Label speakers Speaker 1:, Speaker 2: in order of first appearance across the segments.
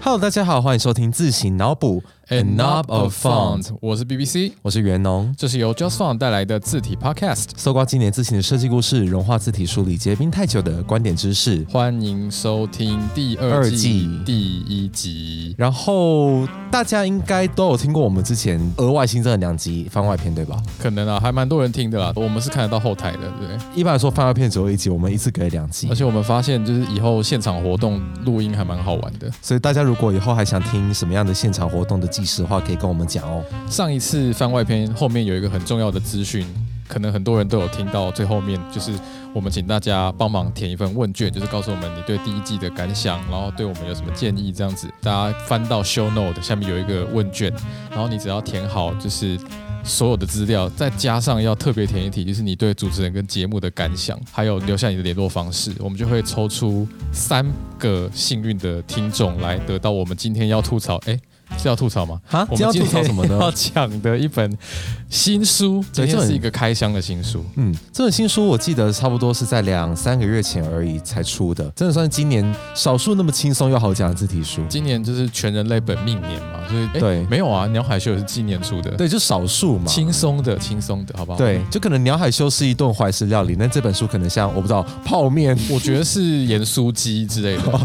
Speaker 1: Hello，大家好，欢迎收听自行脑补
Speaker 2: Enough of Font，我是 BBC，
Speaker 1: 我是袁农。
Speaker 2: 这是由 Just Font 带来的字体 Podcast，
Speaker 1: 搜刮今年自行的设计故事，融化字体梳理结冰太久的观点知识。
Speaker 2: 欢迎收听第二
Speaker 1: 二
Speaker 2: 季
Speaker 1: 季
Speaker 2: 第一集。
Speaker 1: 然后大家应该都有听过我们之前额外新增的两集番外篇，对吧？
Speaker 2: 可能啊，还蛮多人听的啦，我们是看得到后台的，对不对。
Speaker 1: 一般来说，番外篇只有一集，我们一次给了两集
Speaker 2: 而。且我们发现，就是以后现场活动录音还蛮好玩的。
Speaker 1: 所以大家如果以后还想听什么样的现场活动的计时的话，可以跟我们讲哦。
Speaker 2: 上一次番外篇后面有一个很重要的资讯，可能很多人都有听到。最后面就是我们请大家帮忙填一份问卷，就是告诉我们你对第一季的感想，然后对我们有什么建议这样子。大家翻到 show note 下面有一个问卷，然后你只要填好就是。所有的资料，再加上要特别填一题，就是你对主持人跟节目的感想，还有留下你的联络方式，我们就会抽出三个幸运的听众来得到我们今天要吐槽，哎、是要吐槽吗？
Speaker 1: 哈，
Speaker 2: 我
Speaker 1: 今天要
Speaker 2: 们今
Speaker 1: 吐槽
Speaker 2: 天
Speaker 1: 什么呢
Speaker 2: 要？讲的一本新书，今
Speaker 1: 对这
Speaker 2: 天
Speaker 1: 本
Speaker 2: 是一个开箱的新书，
Speaker 1: 嗯，这本新书我记得差不多是在两三个月前而已才出的，真的算是今年少数那么轻松又好讲的字体书。
Speaker 2: 今年就是全人类本命年嘛，所以诶
Speaker 1: 对
Speaker 2: 没有啊，鸟海秀也是今年出的，，
Speaker 1: 哎对，就少数嘛。
Speaker 2: 轻松的，轻松的，好不好？
Speaker 1: 对，，就可能鸟海修是一顿怀石料理，那这本书可能像我不知道泡面。
Speaker 2: 我觉得是盐酥鸡之类 的，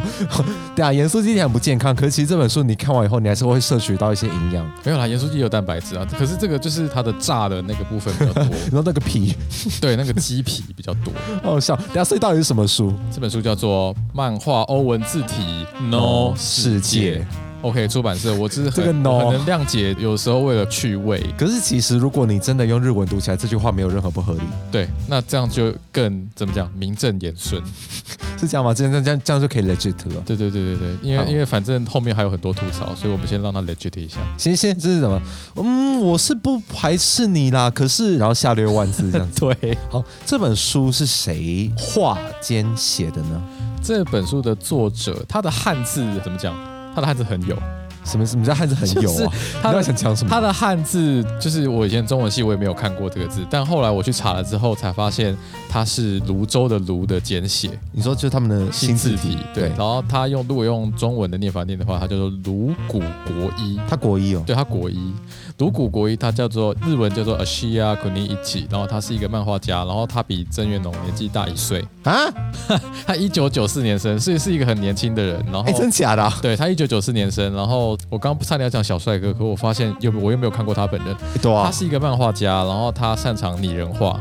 Speaker 1: 对啊，盐酥鸡很不健康，可是其实这本书你看完以后，你还是会摄取到一些营养。
Speaker 2: 没有啦，盐酥鸡有蛋白质啊，可是这个就是它的炸的那个部分 比较多，
Speaker 1: 你 知道那个皮
Speaker 2: 对，那个鸡皮比较多。
Speaker 1: 好笑，等下所以到底是什么书？
Speaker 2: 这本书叫做《漫画欧文字体 No 世界》。OK，出版社，我只是很
Speaker 1: 这个 No
Speaker 2: 我很能谅解，有时候为了趣味，
Speaker 1: 可是其实如果你真的用日文读起来，这句话没有任何不合理，
Speaker 2: 对，那这样就更怎么讲，名正言顺。
Speaker 1: 是这样吗？这样这样这样就可以 legit 了。
Speaker 2: 对对对对对，因
Speaker 1: 好
Speaker 2: 为因为反正后面还有很多吐槽，所以我们先让他 legit 一下。
Speaker 1: 先先这是什么？嗯，我是不排斥你啦，可是然后下略万字这 样子。
Speaker 2: 对，
Speaker 1: 好，这本书是谁画兼写的呢？
Speaker 2: 这本书的作者他的汉字怎么讲？他的汉字很有，
Speaker 1: 什么什么叫汉字很有
Speaker 2: 就是
Speaker 1: 啊？
Speaker 2: 他
Speaker 1: 你
Speaker 2: 的
Speaker 1: 要想讲什么？
Speaker 2: 他的汉字就是我以前中文系我也没有看过这个字，但后来我去查了之后才发现它是泸州的泸的简写，
Speaker 1: 你说就是他们的
Speaker 2: 新
Speaker 1: 新
Speaker 2: 字
Speaker 1: 字
Speaker 2: 体
Speaker 1: 体，。
Speaker 2: 对，然后它用如果用中文的念法念的话，它叫做泸谷国一。
Speaker 1: 他国一哦，
Speaker 2: 对，它国一，鲁谷国一，它叫做日文叫做 Ashia Kuniichi，然后他是一个漫画家，然后他比郑元龙年纪大一岁，
Speaker 1: 啊，
Speaker 2: 他一九九四年生，所以是一个很年轻的人。然后，
Speaker 1: 哎、真假的啊、
Speaker 2: 对他一九九四年生，然后我刚刚差点要讲小帅哥，可我发现又我又没有看过他本人，
Speaker 1: 对啊
Speaker 2: 他，是一个漫画家，然后他擅长拟人化。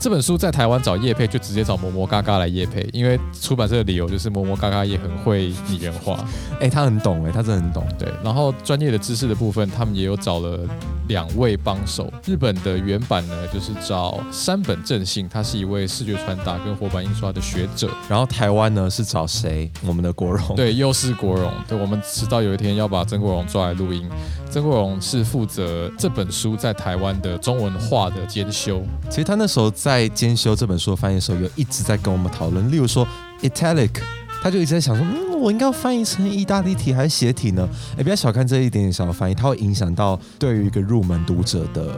Speaker 2: 这本书在台湾找叶配就直接找么么嘎嘎来叶配，因为出版社的理由就是么么嘎嘎也很会拟人化。
Speaker 1: 哎、他很懂哎、他真的很懂。
Speaker 2: 对，然后专业的知识的部分，他们也有找了两位帮手。日本的原版呢，就是找山本正信，他是一位视觉传达跟活版印刷的学者。
Speaker 1: 然后台湾呢是找谁？我们的国荣。，
Speaker 2: 对，又是国荣。对，我们迟早有一天要把曾国荣抓来录音。曾国荣是负责这本书在台湾的中文化的监修。
Speaker 1: 其实他那时候在监修这本书的翻译的时候，有一直在跟我们讨论，例如说 italic。他就一直在想说，嗯，我应该要翻译成意大利体还是斜体呢？哎，不要小看这一点点小的翻译，它会影响到对于一个入门读者的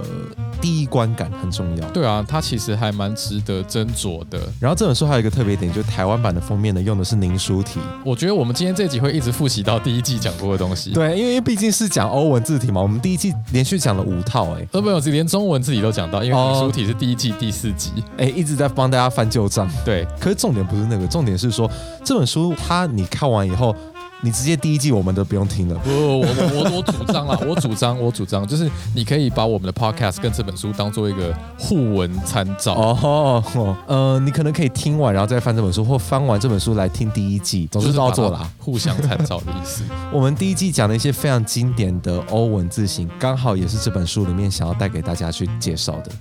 Speaker 1: 第一观感，很重要。
Speaker 2: 对啊，他其实还蛮值得斟酌的。
Speaker 1: 然后这本书还有一个特别
Speaker 2: 嗯
Speaker 1: 点，就是台湾版的封面呢用的是凝书体，
Speaker 2: 我觉得我们今天这集会一直复习到第一季讲过的东西。，
Speaker 1: 对，因为毕竟是讲欧文字体嘛，我们第一季连续讲了五套、哎
Speaker 2: 都没有，连中文自己都讲到，因为
Speaker 1: 哦
Speaker 2: 你书体是第一季第四集。
Speaker 1: 哎，一直在帮大家翻旧账。
Speaker 2: 对，
Speaker 1: 可是重点不是那个，重点是说这本书它你看完以后，你直接第一季我们都不用听了。
Speaker 2: 不，我我我我主张啦，我主张，我主张，就是你可以把我们的 podcast 跟这本书当做一个互文参照。
Speaker 1: 哦，呃，你可能可以听完，然后再翻这本书，或翻完这本书来听第一季，总
Speaker 2: 就是是
Speaker 1: 都要做
Speaker 2: 把它
Speaker 1: 啦。
Speaker 2: 互相参照的意思。
Speaker 1: 我们第一季讲了一些非常经典的欧文字形，刚好也是这本书里面想要带给大家去介绍的。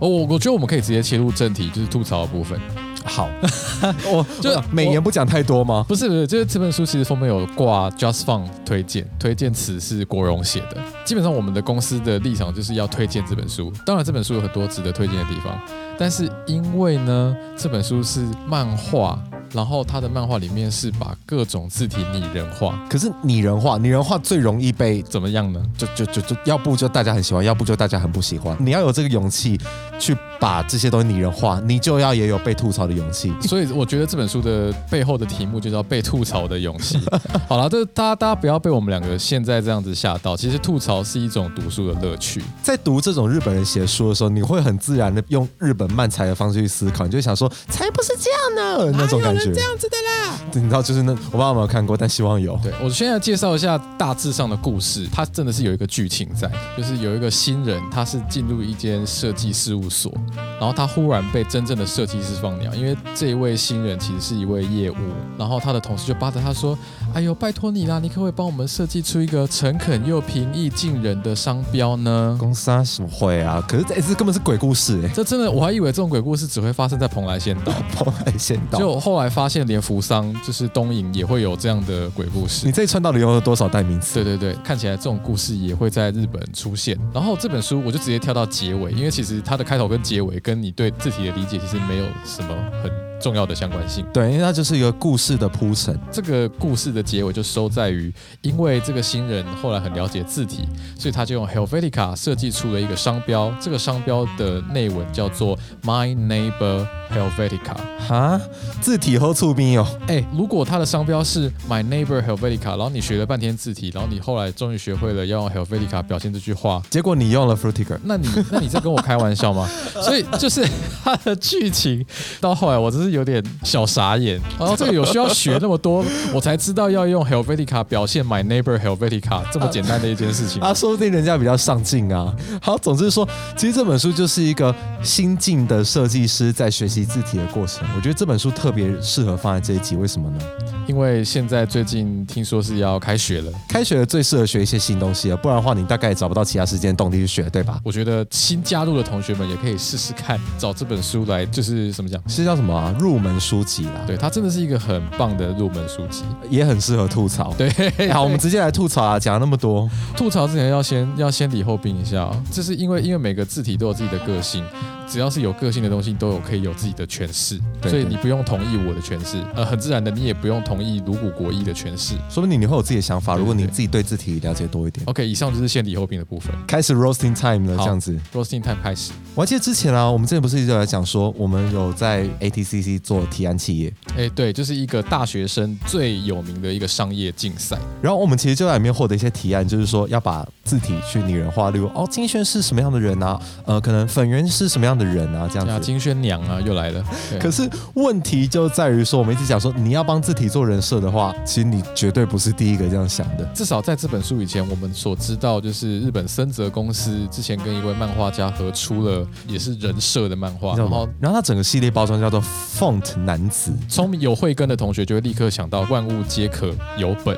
Speaker 2: 哦，我我觉得我们可以直接切入正题，就是吐槽的部分。
Speaker 1: 好， 我
Speaker 2: 哦就
Speaker 1: 就美言不讲太多吗？
Speaker 2: 不是不是，就是这本书其实封面有挂 Just Fun 推荐，推荐词是国荣写的。基本上我们的公司的立场就是要推荐这本书，当然这本书有很多值得推荐的地方，但是因为呢，这本书是漫画然后他的漫画里面是把各种字体拟人化，
Speaker 1: 可是拟人化，拟人化最容易被
Speaker 2: 怎么样呢？
Speaker 1: 就就就就，要不就大家很喜欢，要不就大家很不喜欢。你要有这个勇气去把这些东西拟人化，你就要也有被吐槽的勇气。
Speaker 2: 所以我觉得这本书的背后的题目就叫“被吐槽的勇气” 。 好了，这大家大家不要被我们两个现在这样子吓到。其实吐槽是一种读书的乐趣。
Speaker 1: 在读这种日本人写的书的时候，你会很自然的用日本漫才的方式去思考，你就会想说，才不是这样哎呢，那种感觉。这样子的啦，你知道，就是那我不知道有没有看过，但希望有。
Speaker 2: 对我现在介绍一下大致上的故事，它真的是有一个剧情在，就是有一个新人，他是进入一间设计事务所，然后他忽然被真正的设计师放鸟，因为这一位新人其实是一位业务，然后他的同事就巴着他说：“哎呦，拜托你啦，你可不可以帮我们设计出一个诚恳又平易近人的商标呢？”
Speaker 1: 公司啊，什么会啊？可是这、欸这根本是鬼故事哎、
Speaker 2: 这真的，我还以为这种鬼故事只会发生在蓬莱仙岛，
Speaker 1: 跑海鲜岛。
Speaker 2: 就后来发现连扶桑就是东影也会有这样的鬼故事
Speaker 1: 你。这一串到底用了多少代名词？
Speaker 2: 对对对，看起来这种故事也会在日本出现。然后这本书我就直接跳到结尾，因为其实它的开头跟结尾跟你对字体的理解其实没有什么很重要的相关性。
Speaker 1: 对，因为它就是一个故事的铺陈。
Speaker 2: 这个故事的结尾就收在于，因为这个新人后来很了解字体，所以他就用 Helvetica 设计出了一个商标。这个商标的内文叫做 My Neighbor Helvetica。
Speaker 1: 哈，字体和醋冰哦，
Speaker 2: 哎、如果它的商标是 My Neighbor Helvetica，然后你学了半天字体，然后你后来终于学会了要用 Helvetica 表现这句话，
Speaker 1: 结果你用了 Frutiger。
Speaker 2: 那你那你在跟我开玩笑吗？所以就是它的剧情到后来，我真是有点小傻眼。然后这个有需要学那么多，我才知道要用 Helvetica 表现 My Neighbor Helvetica 这么简单的一件 事情。
Speaker 1: 啊，说不定人家比较上进啊。好，总之说，其实这本书就是一个新进的设计师在学习字体的过程。我觉得这本书特别适合放在这一集，为什么呢？
Speaker 2: 因为现在最近听说是要开学了，
Speaker 1: 开学最适合学一些新东西了，不然的话你大概也找不到其他时间动力去学，对吧？
Speaker 2: 我觉得新加入的同学们也可以试试看，找这本书来，就是怎么讲？
Speaker 1: 是叫什么、啊、入门书籍啦，
Speaker 2: 对，它真的是一个很棒的入门书籍。
Speaker 1: 也很适合吐槽。
Speaker 2: 对，
Speaker 1: 哎好，我们直接来吐槽啊，讲了那么多，
Speaker 2: 吐槽之前要先要先礼后兵一下、哦，这是因为因为每个字体都有自己的个性，只要是有个性的东西都有可以有自己的诠释，
Speaker 1: 对
Speaker 2: 所以
Speaker 1: 对
Speaker 2: 你不用同意我的诠释，呃，很自然的你也不用同意鲁谷国译的诠释。
Speaker 1: 说不定你会有自己的想法。如果你
Speaker 2: 对对哦
Speaker 1: 自己对字体了解多一点，
Speaker 2: OK，以上就是先礼后兵的部分。
Speaker 1: 开始 roasting time 了，
Speaker 2: 好
Speaker 1: 这样子。
Speaker 2: Roasting time 开始，
Speaker 1: 我还记得之前啊，我们之前不是一直在讲说，我们有在 ATCC 做提案企业，
Speaker 2: 哎，对，就是一个大学生最有名的一个商业竞赛，
Speaker 1: 然后我们其实就在里面获得一些提案，就是说要把字体去拟人化，例如哦，金萱是什么样的人啊？呃，可能粉圆是什么样的人啊？这
Speaker 2: 啊，
Speaker 1: 样子。
Speaker 2: 金宣娘啊又来了，对
Speaker 1: 可是问题就在于说，我们一直讲说你要帮字体做人设的话，其实你绝对不是第一个这样想的。
Speaker 2: 至少在这本书以前，我们所知道就是日本森泽公司之前跟一位漫画家合出了也是人设的漫画，
Speaker 1: 你知道
Speaker 2: 然
Speaker 1: 吗
Speaker 2: 后？
Speaker 1: 然后它整个系列包装叫做 Font 男子。
Speaker 2: 聪明有慧根的同学就会立刻想到万物皆可有本。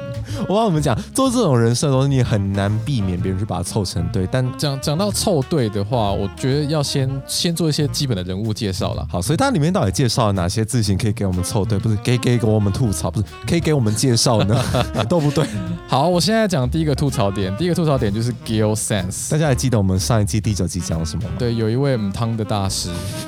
Speaker 1: 我帮你们讲，做这种人设的东西，你很难避免别人去把它凑成对。但
Speaker 2: 讲讲到凑对的话，我觉得要先先做一些基本的人物介绍啦。
Speaker 1: 好，所以它里面到底介绍了哪些字型可以给我们凑对？不是可以给给我们吐槽，不是可以给我们介绍呢？ 都不对。
Speaker 2: 好，我现在讲第一个吐槽点，第一个吐槽点就是 Gil Sense
Speaker 1: 大。家还记得我们上一季第九集讲了什么吗？
Speaker 2: 对，有一位母汤的大师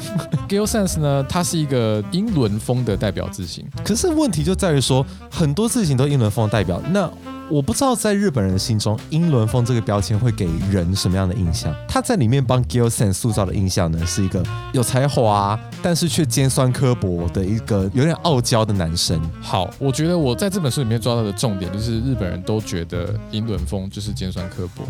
Speaker 2: ，Gil Sense 呢，他是一个英伦风的代表字型。
Speaker 1: 可是问题就在于说，很多事情都英伦风代表。那我不知道在日本人的心中，英伦风这个标签会给人什么样的印象？他在里面帮 Gilson 塑造的印象呢，是一个有才华，但是却尖酸刻薄的一个有点傲娇的男生。
Speaker 2: 好，我觉得我在这本书里面抓到的重点就是日本人都觉得英伦风就是尖酸刻薄。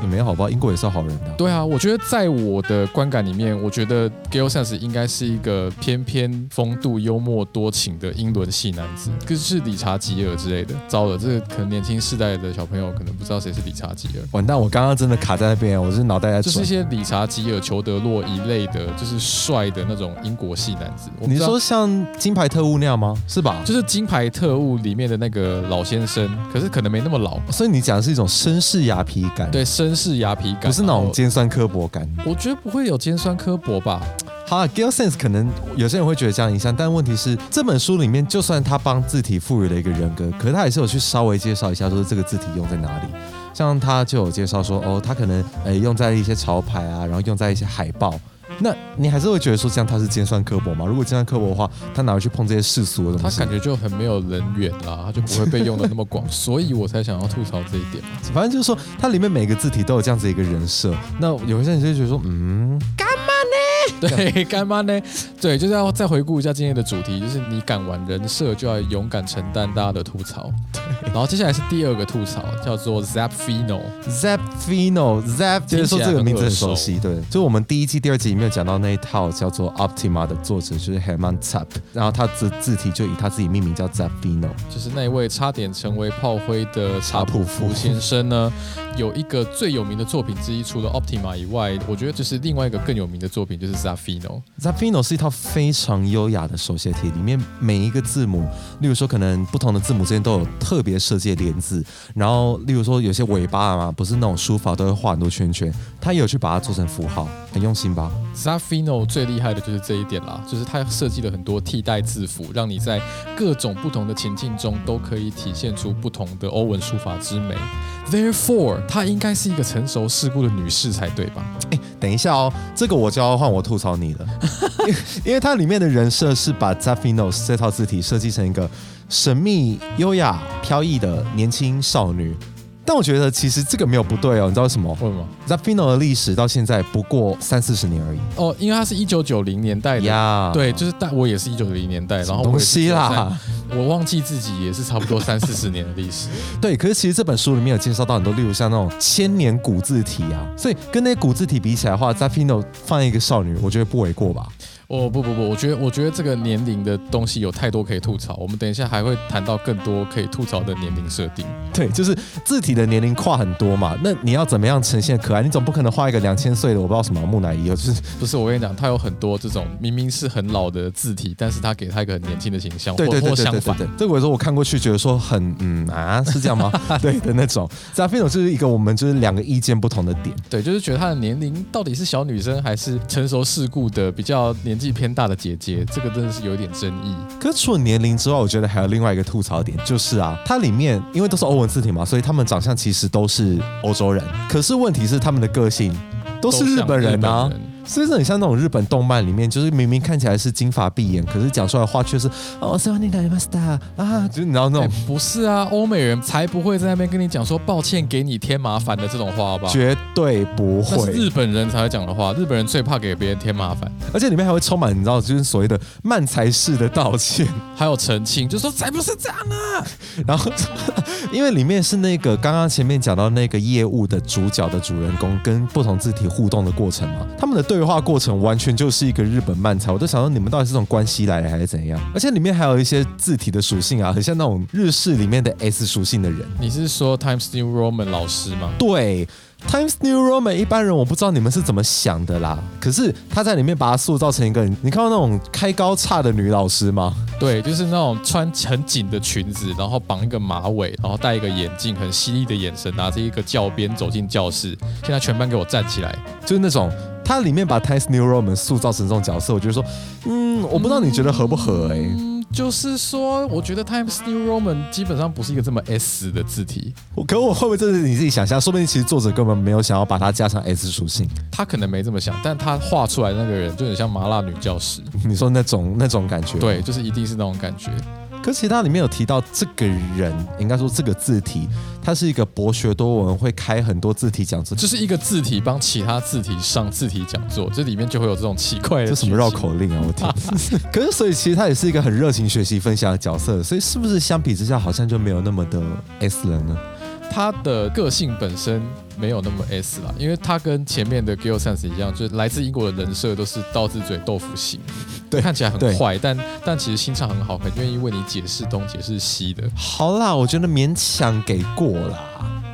Speaker 1: 也没有好不好？英国也是好人的啊、
Speaker 2: 对啊，我觉得在我的观感里面，我觉得 Gil Sans 应该是一个翩翩风度、幽默多情的英伦系男子，
Speaker 1: 嗯
Speaker 2: 就是理查吉尔之类的。糟了，这个可能年轻世代的小朋友可能不知道谁是理查吉尔。
Speaker 1: 完蛋！我刚刚真的卡在那边，我是脑袋在
Speaker 2: 就是一
Speaker 1: 转。
Speaker 2: 些理查吉尔、裘德洛一类的，就是帅的那种英国系男子。我不
Speaker 1: 你
Speaker 2: 知道
Speaker 1: 说像金牌特务那样吗？是吧？
Speaker 2: 就是《金牌特务》里面的那个老先生，可是可能没那么老，
Speaker 1: 所以你讲的是一种绅士雅痞感，，
Speaker 2: 对，绅士雅痞感，哦
Speaker 1: 不是那
Speaker 2: 然
Speaker 1: 种
Speaker 2: 后
Speaker 1: 尖酸刻薄感。
Speaker 2: 我觉得不会有尖酸刻薄吧？
Speaker 1: 好、啊、，Gill Sense 可能有些人会觉得这样影响，但问题是这本书里面，就算他帮字体赋予了一个人格，可是他也是有去稍微介绍一下，说这个字体用在哪里。像他就有介绍说，哦，他可能呃用在一些潮牌啊，然后用在一些海报。那你还是会觉得说这样他是尖酸刻薄吗？如果尖酸刻薄的话，他哪会去碰这些世俗的
Speaker 2: 他
Speaker 1: 东西？
Speaker 2: 感觉就很没有人缘啦，他就不会被用的那么广，所以我才想要吐槽这一点嘛。
Speaker 1: 反正就是说，它里面每个字体都有这样子一个人设。那有些人就会觉得说，嗯，
Speaker 2: 对，干妈呢？对，就是要再回顾一下今天的主题，就是你敢玩人设，就要勇敢承担大家的吐槽。然后接下来是第二个吐槽，叫做 Zapfino。
Speaker 1: Zapfino Zap，就是说这个名字很熟悉，
Speaker 2: 听
Speaker 1: 对，就我们第一季、第二集里面有讲到那一套叫做 Optima 的作者就是 Herman Zap，然后他字字体就以他自己命名叫 Zapfino，
Speaker 2: 就是那一位差点成为炮灰的查
Speaker 1: 查
Speaker 2: 普
Speaker 1: 普夫
Speaker 2: 夫先生呢，有一个最有名的作品之一，除了 Optima 以外，我觉得就是另外一个更有名的作品就是 Zafino。
Speaker 1: Zapfino 是一套非常优雅的手写体，里面每一个字母，例如说可能不同的字母之间都有特别设计的连字，然后例如说有些尾巴啊，不是那种书法都会画很多圈圈，他也有去把它做成符号，很用心吧？
Speaker 2: Zafino 最厉害的就是这一点啦，就是它设计了很多替代字符，让你在各种不同的情境中都可以体现出不同的欧文书法之美。Therefore，她应该是一个成熟世故的女士才对吧？
Speaker 1: 等一下哦，这个我就要换我吐槽你了， 因为因为它里面的人设是把 Zaffinos 这套字体设计成一个神秘、优雅、飘逸的年轻少女。但我觉得其实这个没有不对哦，你知道为什么
Speaker 2: 为什么？
Speaker 1: ？Zaffino 的历史到现在不过三四十年而已
Speaker 2: 哦，因为她是一九九零年代的。
Speaker 1: 呀。
Speaker 2: 哎对，就是但我也是一九九零年代，然
Speaker 1: 什么
Speaker 2: 后我也
Speaker 1: 东
Speaker 2: 是
Speaker 1: 西啦，
Speaker 2: 我忘记自己也是差不多三四十年的历史。
Speaker 1: 对，可是其实这本书里面有介绍到很多，例如像那种千年古字体啊，所以跟那些古字体比起来的话，Zaffino 放一个少女，我觉得不为过吧。
Speaker 2: 哦不不不，我觉得我觉得这个年龄的东西有太多可以吐槽，我们等一下还会谈到更多可以吐槽的年龄设定。
Speaker 1: 对，就是字体的年龄跨很多嘛，那你要怎么样呈现可爱？你总不可能画一个两千岁的，我不知道什么木乃伊哦，就是
Speaker 2: 不是我跟你讲，它有很多这种明明是很老的字体，但是它给它一个很年轻的形象，
Speaker 1: 对
Speaker 2: 或
Speaker 1: 对对
Speaker 2: 或
Speaker 1: 对对
Speaker 2: 相
Speaker 1: 对
Speaker 2: 反。
Speaker 1: 对，这个我说我看过去觉得说很嗯啊是这样吗？对的那种 z a f i n o 就是一个我们就是两个意见不同的点，
Speaker 2: 对，就是觉得她的年龄到底是小女生还是成熟世故的比较年纪偏大的姐姐，这个真的是有一点争议。
Speaker 1: 可是除了年龄之外，我觉得还有另外一个吐槽点，就是啊，它里面因为都是欧文字体嘛，所以他们长相其实都是欧洲人，可是问题是他们的个性都是日
Speaker 2: 像
Speaker 1: 本人啊。
Speaker 2: 日本人
Speaker 1: 所以这很像那种日本动漫里面，就是明明看起来是金发碧眼，可是讲出来的话却是哦，すみませんなりました啊，就是你知道那
Speaker 2: 哎
Speaker 1: 种、
Speaker 2: 不是啊，欧美人才不会在那边跟你讲说抱歉给你添麻烦的这种话，好不好？
Speaker 1: 绝对不
Speaker 2: 那是
Speaker 1: 会，
Speaker 2: 日本人才会讲的话，日本人最怕给别人添麻烦，
Speaker 1: 而且里面还会充满你知道，就是所谓的慢才式的道歉。
Speaker 2: 还有澄清，就说才不是这样啊！
Speaker 1: 然后，因为里面是那个刚刚前面讲到那个业务的主角的主人公跟不同字体互动的过程嘛，他们的对话过程完全就是一个日本漫才，我就想说你们到底是从关系来的还是怎样？而且里面还有一些字体的属性啊，很像那种日式里面的 S 属性的人。
Speaker 2: 你是说 Times New Roman 老师吗？
Speaker 1: 对。Times New Roman 一般人我不知道你们是怎么想的啦，可是他在里面把它塑造成一个，你看到那种开高叉的女老师吗？
Speaker 2: 对，就是那种穿很紧的裙子，然后绑一个马尾，然后戴一个眼镜，很犀利的眼神，拿着一个教鞭走进教室。现在全班给我站起来！
Speaker 1: 就是那种他里面把 Times New Roman 塑造成这种角色，我觉得说，嗯，我不知道你觉得合不合欸诶、
Speaker 2: 嗯，就是说，我觉得 Times New Roman 基本上不是一个这么 S 的字体，
Speaker 1: 我可我会不会这是你自己想象？说不定其实作者根本没有想要把它加上 S 属性。
Speaker 2: 他可能没这么想，但他画出来的那个人就很像麻辣女教师，
Speaker 1: 你说那种那种感觉，
Speaker 2: 对，。就是一定是那种感觉。
Speaker 1: 可是其他里面有提到这个人，应该说这个字体，他是一个博学多闻，会开很多字体讲座，
Speaker 2: 就是一个字体帮其他字体上字体讲座，这里面就会有这种奇怪的
Speaker 1: 这
Speaker 2: 剧
Speaker 1: 什
Speaker 2: 情。
Speaker 1: 么绕口令啊！我 天，可是所以其实他也是一个很热情学习分享的角色，所以是不是相比之下好像就没有那么的 S 了呢？
Speaker 2: 他的个性本身没有那么 S 啦，因为他跟前面的 Gil Sans 一样，就是来自英国的人设都是刀子嘴豆腐 心，
Speaker 1: 对
Speaker 2: 看起来
Speaker 1: 对
Speaker 2: 很坏，但但其实心肠很好，很愿意为你解释东解释西的。
Speaker 1: 好啦，我觉得勉强给过啦，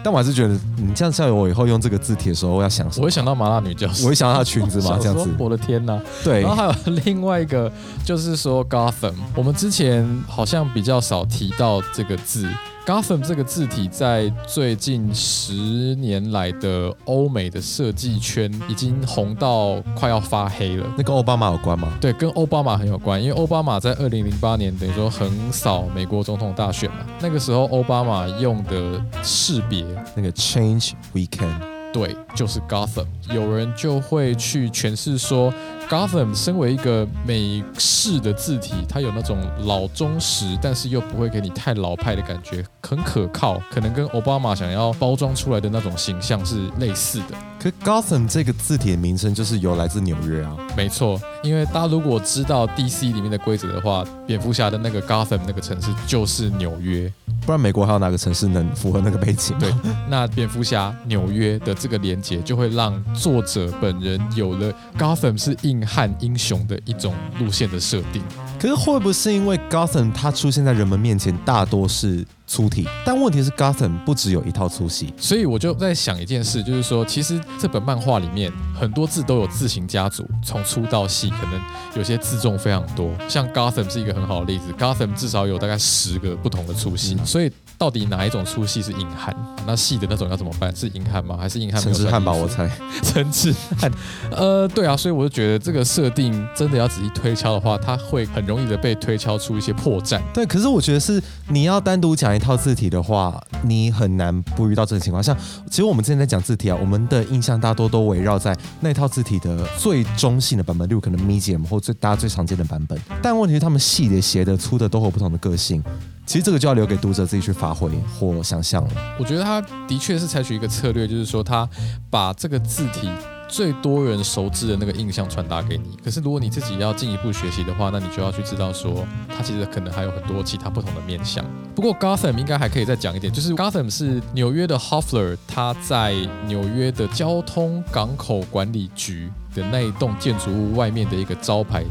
Speaker 1: 但我还是觉得你这样叫我以后用这个字体的时候我要想什
Speaker 2: 我
Speaker 1: 么？
Speaker 2: 会想到麻辣女教
Speaker 1: 我
Speaker 2: 师
Speaker 1: 会。想到她的裙子嘛，
Speaker 2: 想
Speaker 1: 这样
Speaker 2: 说
Speaker 1: 子。
Speaker 2: 我的天呐！
Speaker 1: 对
Speaker 2: 然，后还有另外一个，就是说 Gotham，我们之前好像比较少提到这个字。Gotham 这个字体在最近十年来的欧美的设计圈已经红到快要发黑了。
Speaker 1: 那跟奥巴马有关吗？
Speaker 2: 对，跟奥巴马很有关，因为奥巴马在二零零八年等于说横扫美国总统大选嘛，那个时候奥巴马用的识别
Speaker 1: 那个 Change Weekend，
Speaker 2: 对，就是 Gotham。有人就会去诠释说，Gotham 身为一个美式的字体，它有那种老忠实，但是又不会给你太老派的感觉，很可靠，可能跟奥巴马想要包装出来的那种形象是类似的。
Speaker 1: 可 Gotham 这个字体的名称就是由来自纽约啊。
Speaker 2: 没错，因为大家如果知道 DC 里面的规则的话，蝙蝠侠的那个 Gotham 那个城市就是纽约。
Speaker 1: 不然美国还有哪个城市能符合那个背景？
Speaker 2: 对，那蝙蝠侠纽约的这个连接，就会让作者本人有了 Gotham 是硬汉英雄的一种路线的设定。
Speaker 1: 可是会不会是因为 Gotham 它出现在人们面前大多是粗体？但问题是 Gotham 不只有一套粗细，
Speaker 2: 所以我就在想一件事，就是说，其实这本漫画里面很多字都有字形家族，从粗到细，可能有些字重非常多。像 Gotham 是一个很好的例子，Gotham 至少有大概十个不同的粗细，所以到底哪一种粗细是硬汉？那细的那种要怎么办？是硬汉吗？还是硬汉没
Speaker 1: 城
Speaker 2: 有
Speaker 1: 市
Speaker 2: 穿
Speaker 1: 汉堡
Speaker 2: 衣服
Speaker 1: 我猜。
Speaker 2: 陈志汉，呃，对啊，所以我就觉得这个设定真的要仔细推敲的话，它会很容易的被推敲出一些破绽。
Speaker 1: 对，可是我觉得是你要单独讲一套字体的话，你很难不遇到这种情况。像其实我们之前在讲字体啊，我们的印象大多都围绕在那套字体的最中性的版本，例如可能 medium 或最大家最常见的版本。但问题是，他们细的、斜的、粗的都会有不同的个性。其实这个就要留给读者自己去发挥或想象了。
Speaker 2: 我觉得它的确是采取一个策略，就是说它把这个字体。最多人熟知的那个印象传达给你，可是如果你自己要进一步学习的话，那你就要去知道说，它其实可能还有很多其他不同的面向。不过 Gotham 应该还可以再讲一点，就是 Gotham 是纽约的 Hofler，他在纽约的交通港口管理局的那一栋建筑物外面的一个招牌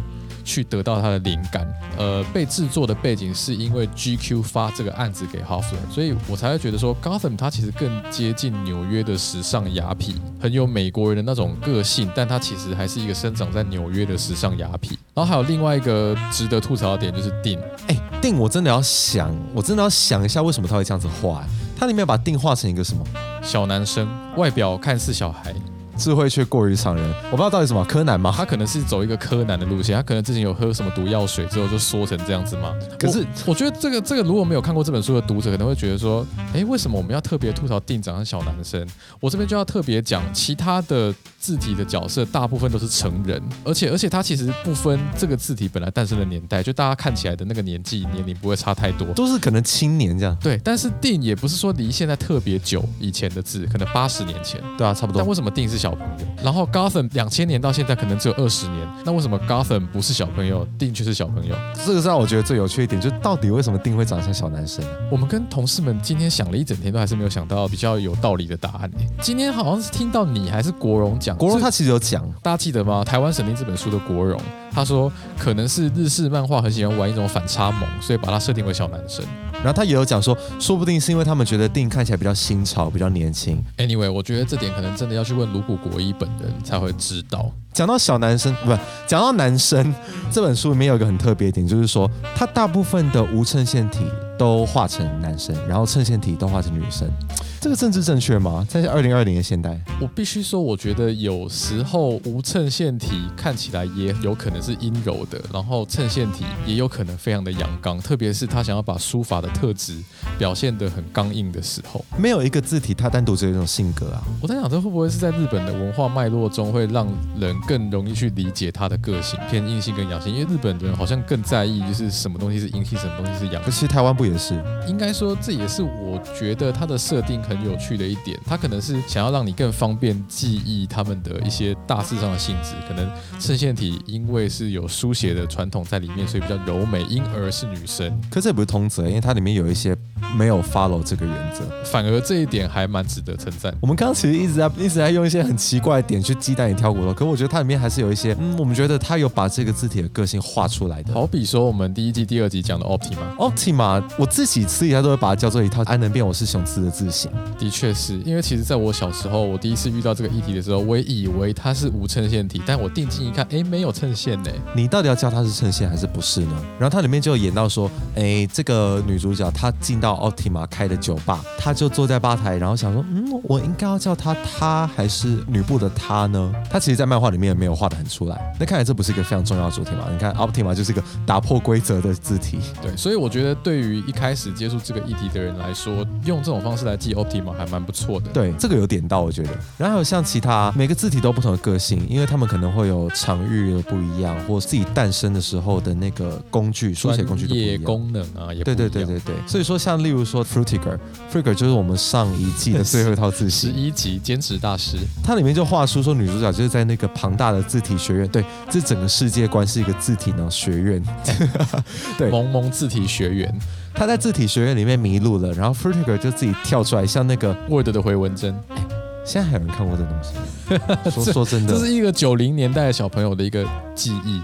Speaker 2: 去得到它的灵感。呃，被制作的背景是因为 GQ 发这个案子给 Hofler，所以我才会觉得说 Gotham 它其实更接近纽约的时尚雅痞，很有美国人的那种个性，但它其实还是一个生长在纽约的时尚雅痞。然后还有另外一个值得吐槽的点就是 Dean，
Speaker 1: 哎，定我真的要想，我真的要想一下为什么他会这样子画、哎它里面把定画成一个什么
Speaker 2: 小男生，外表看似小孩，
Speaker 1: 智慧却过于常人，我不知道到底什么柯南吗？
Speaker 2: 啊他可能是走一个柯南的路线，他可能之前有喝什么毒药水之后就缩成这样子嘛。
Speaker 1: 可是
Speaker 2: 我我觉得这个这个如果没有看过这本书的读者，可能会觉得说，诶，为什么我们要特别吐槽定长和小男生？我这边就要特别讲，其他的字体的角色大部分都是成人，而且而且它其实不分这个字体本来诞生的年代，就大家看起来的那个年纪年龄不会差太多。
Speaker 1: 都是可能青年这样，
Speaker 2: 对，但是定也不是说离现在特别久以前的字，可能八十年前。
Speaker 1: 对啊，差不多
Speaker 2: 但。为什么定是小朋友？然后 Gotham 两千年到现在可能只有二十年，那为什么 Gotham 不是小朋友，定却是小朋友？
Speaker 1: 这个是让我觉得最有趣一点，就是到底为什么定会长得像小男生？
Speaker 2: 我们跟同事们今天想了一整天，都还是没有想到比较有道理的答案、欸。今天好像是听到你还是国荣讲，
Speaker 1: 国荣
Speaker 2: 是
Speaker 1: 他其实有讲，
Speaker 2: 大家记得吗？台湾审定这本书的国荣，他说可能是日式漫画很喜欢玩一种反差萌，所以把它设定为小男生。
Speaker 1: 然后他也有讲说，说不定是因为他们觉得定看起来比较新潮，比较年轻。
Speaker 2: Anyway，我觉得这点可能真的要去问鲁谷国一本人才会知道。
Speaker 1: 讲到小男生，不是讲到男生，这本书里面有一个很特别的点，就是说他大部分的无衬线体都画成男生，然后衬线体都画成女生。这个政治正确吗？在二零二零的现代，
Speaker 2: 我必须说，我觉得有时候无衬线体看起来也有可能是阴柔的，然后衬线体也有可能非常的阳刚，特别是他想要把书法的特质表现得很刚硬的时候，
Speaker 1: 没有一个字体它单独只有一种性格啊。
Speaker 2: 我在想这会不会是在日本的文化脉络中会让人更容易去理解他的个性偏硬性跟阳性，因为日本人好像更在意就是什么东西是阴性，什么东西是阳性
Speaker 1: 可其实台湾不也是？
Speaker 2: 应该说，这也是我觉得它的设定很有趣的一点。它可能是想要让你更方便记忆他们的一些大致上的性质。可能衬线体因为是有书写的传统在里面，所以比较柔美，因而是女生。
Speaker 1: 可这也不是通则，因为它里面有一些没有 follow 这个原则。
Speaker 2: 反而这一点还蛮值得称赞。
Speaker 1: 我们刚刚其实一直在一直在用一些很奇怪的点去鸡蛋里挑骨头，可我觉得它里面还是有一些，嗯，我们觉得它有把这个字体的个性画出来的。
Speaker 2: 好比说我们第一季、第二集讲的 Optima，
Speaker 1: Optima，我自己私底下都会把它叫做一套安能辨我是雄姿的字形。
Speaker 2: 的确是因为其实在我小时候，我第一次遇到这个议题的时候，我也以为它是无衬线体，但我定睛一看，诶，没有衬线呢、
Speaker 1: 你到底要叫它是衬线还是不是呢？然后它里面就有演到说，哎，这个女主角她进到 Optima 开的酒吧，他就坐在吧台，然后想说，嗯，我应该要叫他他还是女部的他呢？他其实，在漫画里面也没有画得很出来。那看来这不是一个非常重要的主题嘛？你看 Optima 就是一个打破规则的字体，
Speaker 2: 对，所以我觉得对于一开始接触这个议题的人来说，用这种方式来记 Optima 还蛮不错的。
Speaker 1: 对，这个有点到，我觉得。然后还有像其他每个字体都有不同的个性，因为他们可能会有场域的不一样，或自己诞生的时候的那个工具、书写工具都不一
Speaker 2: 业
Speaker 1: 样。
Speaker 2: 功能啊，也不
Speaker 1: 对
Speaker 2: 一
Speaker 1: 对
Speaker 2: 样
Speaker 1: 对对对，所以说像例如说 Frutiger，Frutiger 就是我们上一季的最后一套字
Speaker 2: 十
Speaker 1: 系，
Speaker 2: 一集坚持大师，
Speaker 1: 它里面就画出说女主角就是在那个庞大的字体学院，对，这整个世界观是一个字体呢学 院，对
Speaker 2: 萌萌字体学员
Speaker 1: 她在字体学院里面迷路了，然后 Frutiger 就自己跳出来，像那个
Speaker 2: Word 的回文针，
Speaker 1: 现在还有人看过这东西吗， 说说真
Speaker 2: 这
Speaker 1: 的，
Speaker 2: 是一个九零年代的小朋友的一个记忆，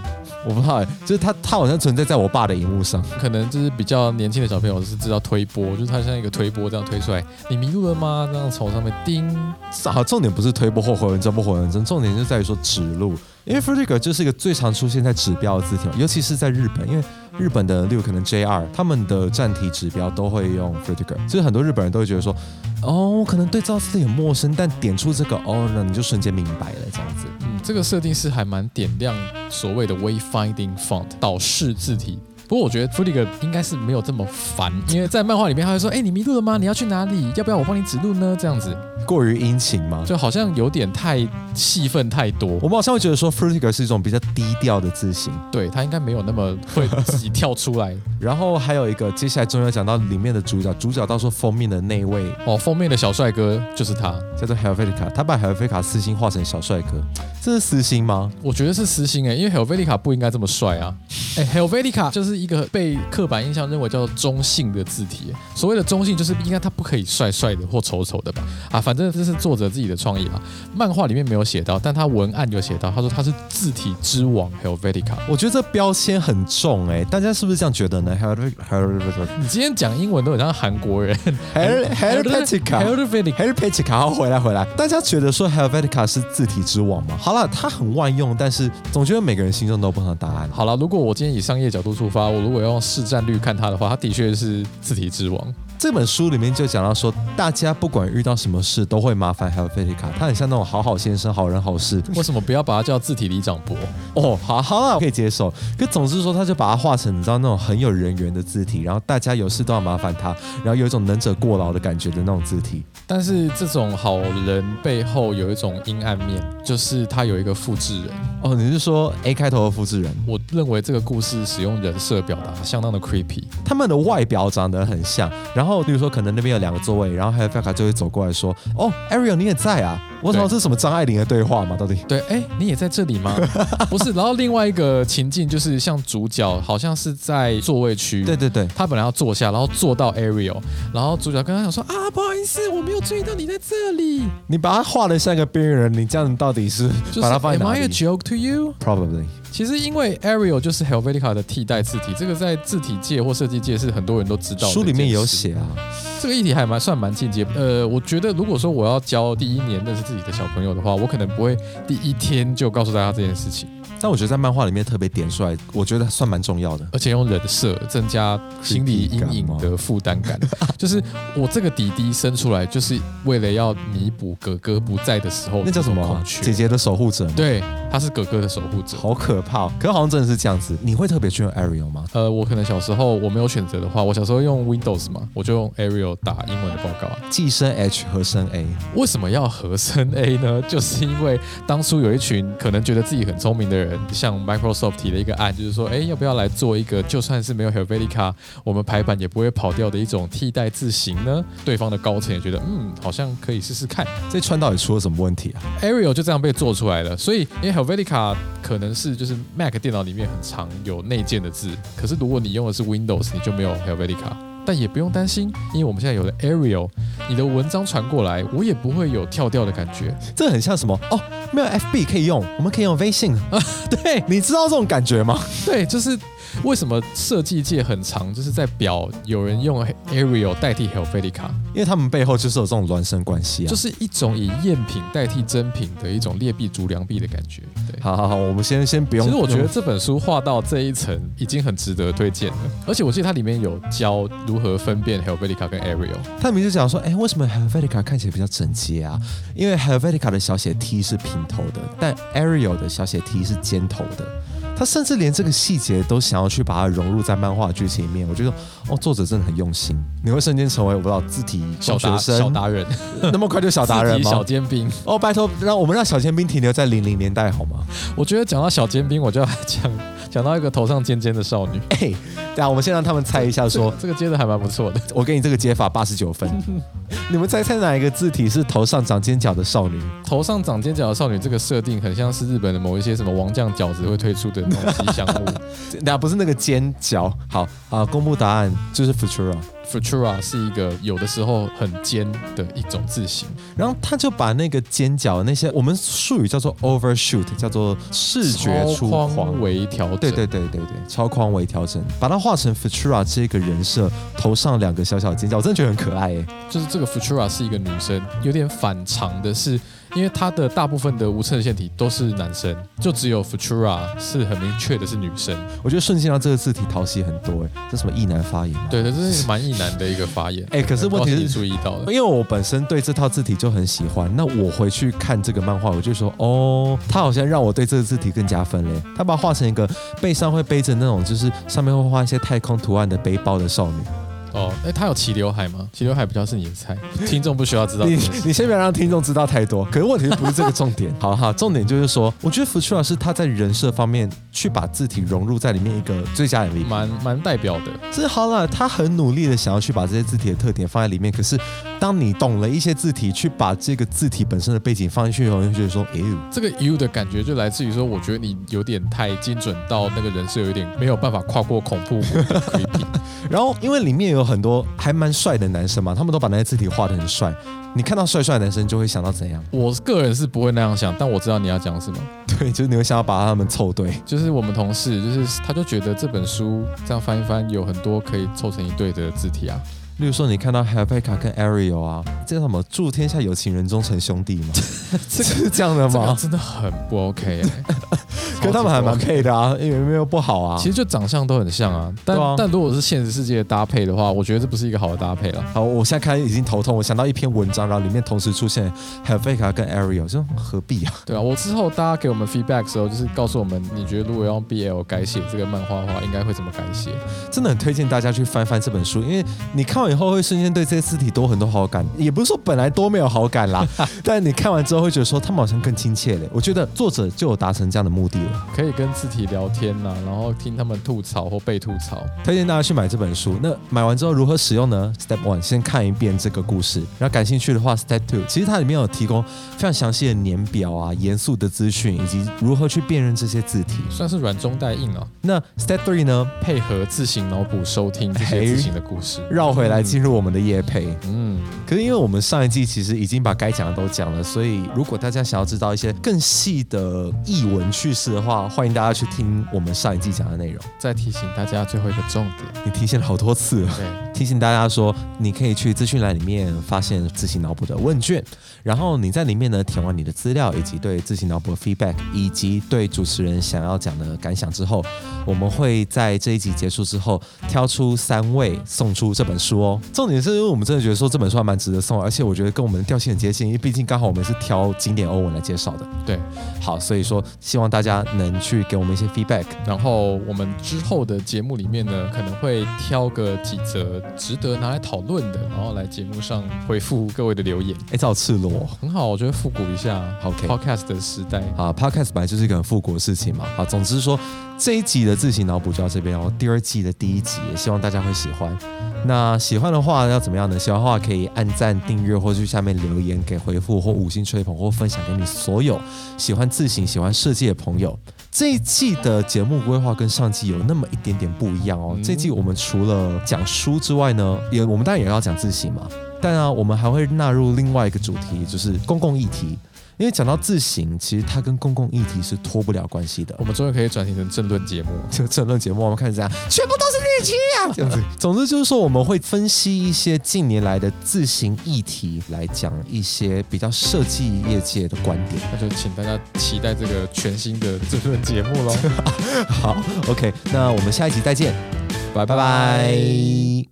Speaker 1: 我不知道欸，就是它它好像存在在我爸的荧幕上，
Speaker 2: 可能就是比较年轻的小朋友是知道推波，就是他像一个推波这样推出来，你迷路了吗？这样从上面叮，
Speaker 1: 好，重点不是推波或回文针不回文针，重点就在于说指路，因为 Frutiger 就是一个最常出现在指标的字体嘛，尤其是在日本，因为日本的例如可能 JR 他们的站体指标都会用 Frutiger，所以很多日本人都会觉得说，哦，可能对造字体很陌生，但点出这个，哦，那你就瞬间明白了这样子。
Speaker 2: 嗯，这个设定是还蛮点亮所谓的 wayfinding font 导视字体。不过我觉得 f u l i g 应该是没有这么烦，因为在漫画里面他会说：“哎、你迷路了吗？你要去哪里？要不要我帮你指路呢？”这样子
Speaker 1: 过于殷勤吗？
Speaker 2: 就好像有点太戏份太多
Speaker 1: 我。们好像会觉得说 Frutiger 是一种比较低调的字形。
Speaker 2: 对他应该没有那么会自己跳出来
Speaker 1: 然后还有一个，接下来终于要讲到里面的主角，主角到时候封面的那位
Speaker 2: 哦。封面的小帅哥就是他，
Speaker 1: 叫做 Helvetica，他把 Helvetica 私心画成小帅哥，这是私心吗？
Speaker 2: 我觉得是私心哎、因为 Helvetica 不应该这么帅啊。哎、h e l v e t i c a 就是一个被刻板印象认为叫做中性的字体欸、所谓的中性就是应该它不可以帅帅的或丑丑的吧？啊，反正这是作者自己的创意啊。漫画里面没有写到，但他文案有写到，他说他是字体之王 Helvetica。
Speaker 1: 我觉得这标签很重哎、大家是不是这样觉得呢？Helvetica，Helvetica，Helvetica，
Speaker 2: 你今天讲英文都很像韩国人 Helvetica。
Speaker 1: Helvetica，好回来回来，大家觉得说 Helvetica 是字体之王吗？好了，它很万用，但是总觉得每个人心中都有不同的答案。
Speaker 2: 好了，如果我今天以商业角度出发，我如果要用市占率看它的话，它的确是字体之王。
Speaker 1: 这本书里面就讲到说，大家不管遇到什么事都会麻烦 Helvetica，他很像那种好好先生、好人好事
Speaker 2: 为什么不要把它叫字体里长博？
Speaker 1: 哦。好好了，我可以接受。可总之说，他就把它画成你知道那种很有人缘的字体，然后大家有事都要麻烦他，然后有一种能者过劳的感觉的那种字体。
Speaker 2: 但是这种好人背后有一种阴暗面，就是他有一个复制人。
Speaker 1: 哦，你是说 A 开头的复制人，
Speaker 2: 我认为这个故事使用人设表达相当的 creepy。
Speaker 1: 他们的外表长得很像，然后比如说可能那边有两个座位，然后还有 f e c a 就会走过来说：“哦，Ariel 你也在啊？”我操，
Speaker 2: 对
Speaker 1: 这是什么张爱玲的对话吗？到底？
Speaker 2: 对，哎，你也在这里 吗？不是。然后另外一个情境就是像主角好像是在座位区，
Speaker 1: 对对对，
Speaker 2: 他本来要坐下，然后坐到 Ariel，然后主角跟他讲说啊，不好意思，我没有注意到你在这里，
Speaker 1: 你把他画的像个边缘人，你这样到底是哎
Speaker 2: 就是
Speaker 1: 把他放在
Speaker 2: Am
Speaker 1: 哪
Speaker 2: I a
Speaker 1: 里
Speaker 2: joke to you？
Speaker 1: ？Probably。
Speaker 2: 其实因为 Ariel 就是 Helvetica 的替代字体，这个在字体界或设计界是很多人都知道的。
Speaker 1: 书里面也有。写啊，
Speaker 2: 这个议题还蛮算蛮进阶。呃，我觉得如果说我要教第一年认识自己的小朋友的话，我可能不会第一天就告诉大家这件事情，
Speaker 1: 但我觉得在漫画里面特别点出来，我觉得算蛮重要的。
Speaker 2: 而且用人设增加心理阴影的负担 感。就是我这个弟弟生出来，就是为了要弥补哥哥不在的时候
Speaker 1: 那叫什么
Speaker 2: 的
Speaker 1: 啊
Speaker 2: 空？缺。
Speaker 1: 姐姐的守护者吗，
Speaker 2: 对，他是哥哥的守护者。
Speaker 1: 好可怕、哦。可是好像真的是这样子。你会特别去用 Ariel 吗？
Speaker 2: 呃，我可能小时候我没有选择的话，我小时候用 Windows 嘛，我就用 Arial 打英文的报告啊。
Speaker 1: 寄生 H 和生 A，
Speaker 2: 为什么要和声 A 呢？就是因为当初有一群可能觉得自己很聪明的人，向 Microsoft 提了一个案，就是说，哎，要不要来做一个就算是没有 Helvetica，我们排版也不会跑掉的一种替代字型呢？对方的高层也觉得，嗯，好像可以试试看。
Speaker 1: 这串到底出了什么问题啊？
Speaker 2: Arial 就这样被做出来了。所以，因为 Helvetica 可能是就是 Mac 电脑里面很常有内建的字，可是如果你用的是 Windows，你就没有 Helvetica。但也不用担心，因为我们现在有了 Arial，你的文章传过来，我也不会有跳掉的感觉。
Speaker 1: 这很像什么？哦， 没有 FB 可以用，我们可以用微信。
Speaker 2: 对
Speaker 1: 你知道这种感觉吗？
Speaker 2: 对，就是为什么设计界很长，就是在表有人用 Arial 代替 Helvetica，
Speaker 1: 因为他们背后就是有这种孪生关系啊。
Speaker 2: 就是一种以赝品代替真品的一种劣币逐良币的感觉。对，
Speaker 1: 好好好，我们先先不用。
Speaker 2: 其实我觉得这本书画到这一层已经很值得推荐了，而且我记得它里面有教如何分辨 Helvetica 跟 Arial。
Speaker 1: 他明就讲说，哎、为什么 Helvetica 看起来比较整洁啊？因为 Helvetica 的小写 t 是平头的，但 Ariel 的小写 t 是尖头的。他甚至连这个细节都想要去把它融入在漫画剧情里面，我觉得哦，作者真的很用心。你会瞬间成为我不知道字体
Speaker 2: 小
Speaker 1: 学
Speaker 2: 达小
Speaker 1: 生
Speaker 2: 达人，
Speaker 1: 那么快就小达人
Speaker 2: 自己
Speaker 1: 吗
Speaker 2: 小？尖兵。
Speaker 1: 哦，拜托，让我们让小尖兵停留在零零年代好吗？
Speaker 2: 我觉得讲到小尖兵，我就要讲讲到一个头上尖尖的少女。
Speaker 1: 哎、等下我们先让他们猜一下说
Speaker 2: 这个这个接的还蛮不错的。
Speaker 1: 我给你这个解法八十九分，你们猜猜哪一个字体是头上长尖角的少女？
Speaker 2: 头上长尖角的少女这个设定，很像是日本的某一些什么王酱饺子会推出的那种吉祥 物。
Speaker 1: 那不是那个尖角。好啊，公布答案就是 Futura。
Speaker 2: Futura 是一个有的时候很尖的一种字形，
Speaker 1: 然后他就把那个尖角那些我们术语叫做 overshoot，叫做视觉出
Speaker 2: 超
Speaker 1: 框
Speaker 2: 框。微调整。
Speaker 1: 对对对对对，超框微调整，把它画成 Futura 这个人设，头上两个小小尖角，我真的觉得很可爱哎。
Speaker 2: 就是这个 Futura 是一个女生，有点反常的是，因为她的大部分的无衬线体都是男生，就只有 Futura 是很明确的是女生。
Speaker 1: 我觉得瞬间让这个字体讨喜很多哎，这什么意难发言吗？
Speaker 2: 对对，这是蛮意难的一个发言。
Speaker 1: 哎可是问题是
Speaker 2: 我不知道你注意到了
Speaker 1: 因，为我本身对这套字体就很喜欢，那我回去看这个漫画，我就说哦，它好像让我对这个字体更加分嘞。它把它画成一个背上会背着那种就是上面会画一些太空图案的背包的少 女。
Speaker 2: 哦，哎，他有齐刘海吗？齐刘海比较是你的菜，听众不需要知道
Speaker 1: 你。你先不要让听众知道太多，可是问题不是这个重点。好好，重点就是说，我觉得福奇老师他在人设方面去把字体融入在里面一个最佳 MV。
Speaker 2: 蛮蛮代表的，
Speaker 1: 这好了，他很努力的想要去把这些字体的特点放在里面。可是，当你懂了一些字体，去把这个字体本身的背景放进去以后，你就觉得说，哎呦，
Speaker 2: 这个 U 的感觉就来自于说，我觉得你有点太精准到那个人设有点没有办法跨过恐怖谷 的 creepy。
Speaker 1: 然后因为里面有很多还蛮帅的男生嘛，他们都把那些字体画得很帅。你看到帅帅的男生就会想到怎样？
Speaker 2: 我个人是不会那样想，但我知道你要讲什么。
Speaker 1: 对，就是你会想要把他们凑对。
Speaker 2: 就是我们同事，就是他就觉得这本书这样翻一翻，有很多可以凑成一对的字体啊。
Speaker 1: 例如说，你看到 Helvetica 跟 Ariel 啊，这叫什么？祝天下有情人终成兄弟 嘛？
Speaker 2: 这个
Speaker 1: 是这样的
Speaker 2: 这个
Speaker 1: 吗？
Speaker 2: 真的很不 OK，、欸、
Speaker 1: 可是他们还蛮配的啊，因为没有不好啊
Speaker 2: 其。实就长相都很像啊，但、
Speaker 1: 对啊
Speaker 2: 但如果是现实世界的搭配的话，我觉得这不是一个好的搭配啊了。
Speaker 1: 好，我现在看已经头痛，我想到一篇文章，然后里面同时出现 Helvetica 跟 Ariel，就何必啊？
Speaker 2: 对啊，我之后大家给我们 feedback 的时候，就是告诉我们，你觉得如果要用 BL 改写这个漫画的话，应该会怎么改写？
Speaker 1: 真的很推荐大家去翻翻这本书，因为你看完以后会瞬间对这些字体多很多好感， 也不是说本来多没有好感 啦，但你看完之后会觉得说他们好像更亲切了。我觉得作者就有达成这样的目的了，
Speaker 2: 可以跟字体聊天呐、然后听他们吐槽或被吐槽。
Speaker 1: 推荐大家去买这本书。那买完之后如何使用呢？Step one，先看一遍这个故事，然后感兴趣的话，Step two，其实它里面有提供非常详细的年表啊、严肃的资讯，以及如何去辨认这些字体。
Speaker 2: 算是软中带硬啊，
Speaker 1: 那 Step three 呢，
Speaker 2: 配合自行脑补收听这些
Speaker 1: 嘿
Speaker 2: 自行的故事，
Speaker 1: 绕回来进入我们的夜配。
Speaker 2: 嗯，
Speaker 1: 可是因为我们上一季其实已经把该讲的都讲了，所以如果大家想要知道一些更细的译文趣事的话，欢迎大家去听我们上一季讲的内容。
Speaker 2: 再提醒大家最后一个重点，
Speaker 1: 你提醒了好多次了，
Speaker 2: 对，
Speaker 1: 提醒大家说，你可以去资讯栏里面发现自行脑补的问卷，然后你在里面呢填完你的资料以及对自行脑补的 feedback，以及对主持人想要讲的感想之后，我们会在这一集结束之后挑出三位送出这本书哦。重点是因为我们真的觉得说这本书还蛮值得送，而且我觉得跟我们的调性很接近，因为毕竟刚好我们是挑经典欧文来介绍的。
Speaker 2: 对，
Speaker 1: 好，所以说希望大家能去给我们一些 feedback。
Speaker 2: 然后我们之后的节目里面呢，可能会挑个几则值得拿来讨论的，然后来节目上回复各位的留言，
Speaker 1: 哎，这好赤裸哦。
Speaker 2: 很好，我觉得复古一下
Speaker 1: OK
Speaker 2: podcast 的时代。
Speaker 1: 啊，Podcast 本来就是一个很复古的事情嘛。啊，总之说这一集的自行脑补就到这边哦，第二季的第一集，也希望大家会喜欢。那喜欢的话要怎么样呢？喜欢的话可以按赞、订阅，或去下面留言给回复，或五星吹捧，或分享给你所有喜欢自行、喜欢设计的朋友。这一季的节目规划跟上季有那么一点点不一样哦。
Speaker 2: 嗯
Speaker 1: 这一季我们除了讲书之外呢，也我们当然也要讲自行嘛。但啊，我们还会纳入另外一个主题，就是公共议题。因为讲到字形，其实它跟公共议题是脱不了关系的
Speaker 2: 我。们终于可以转型成政论节目。
Speaker 1: 就政论节目，我们开始这样，全部都是日期啊，这样子。总之就是说，我们会分析一些近年来的字形议题，来讲一些比较设计业界的观点。
Speaker 2: 那就请大家期待这个全新的政论节目喽，
Speaker 1: 好，OK，那我们下一集再见，
Speaker 2: 拜
Speaker 1: 拜拜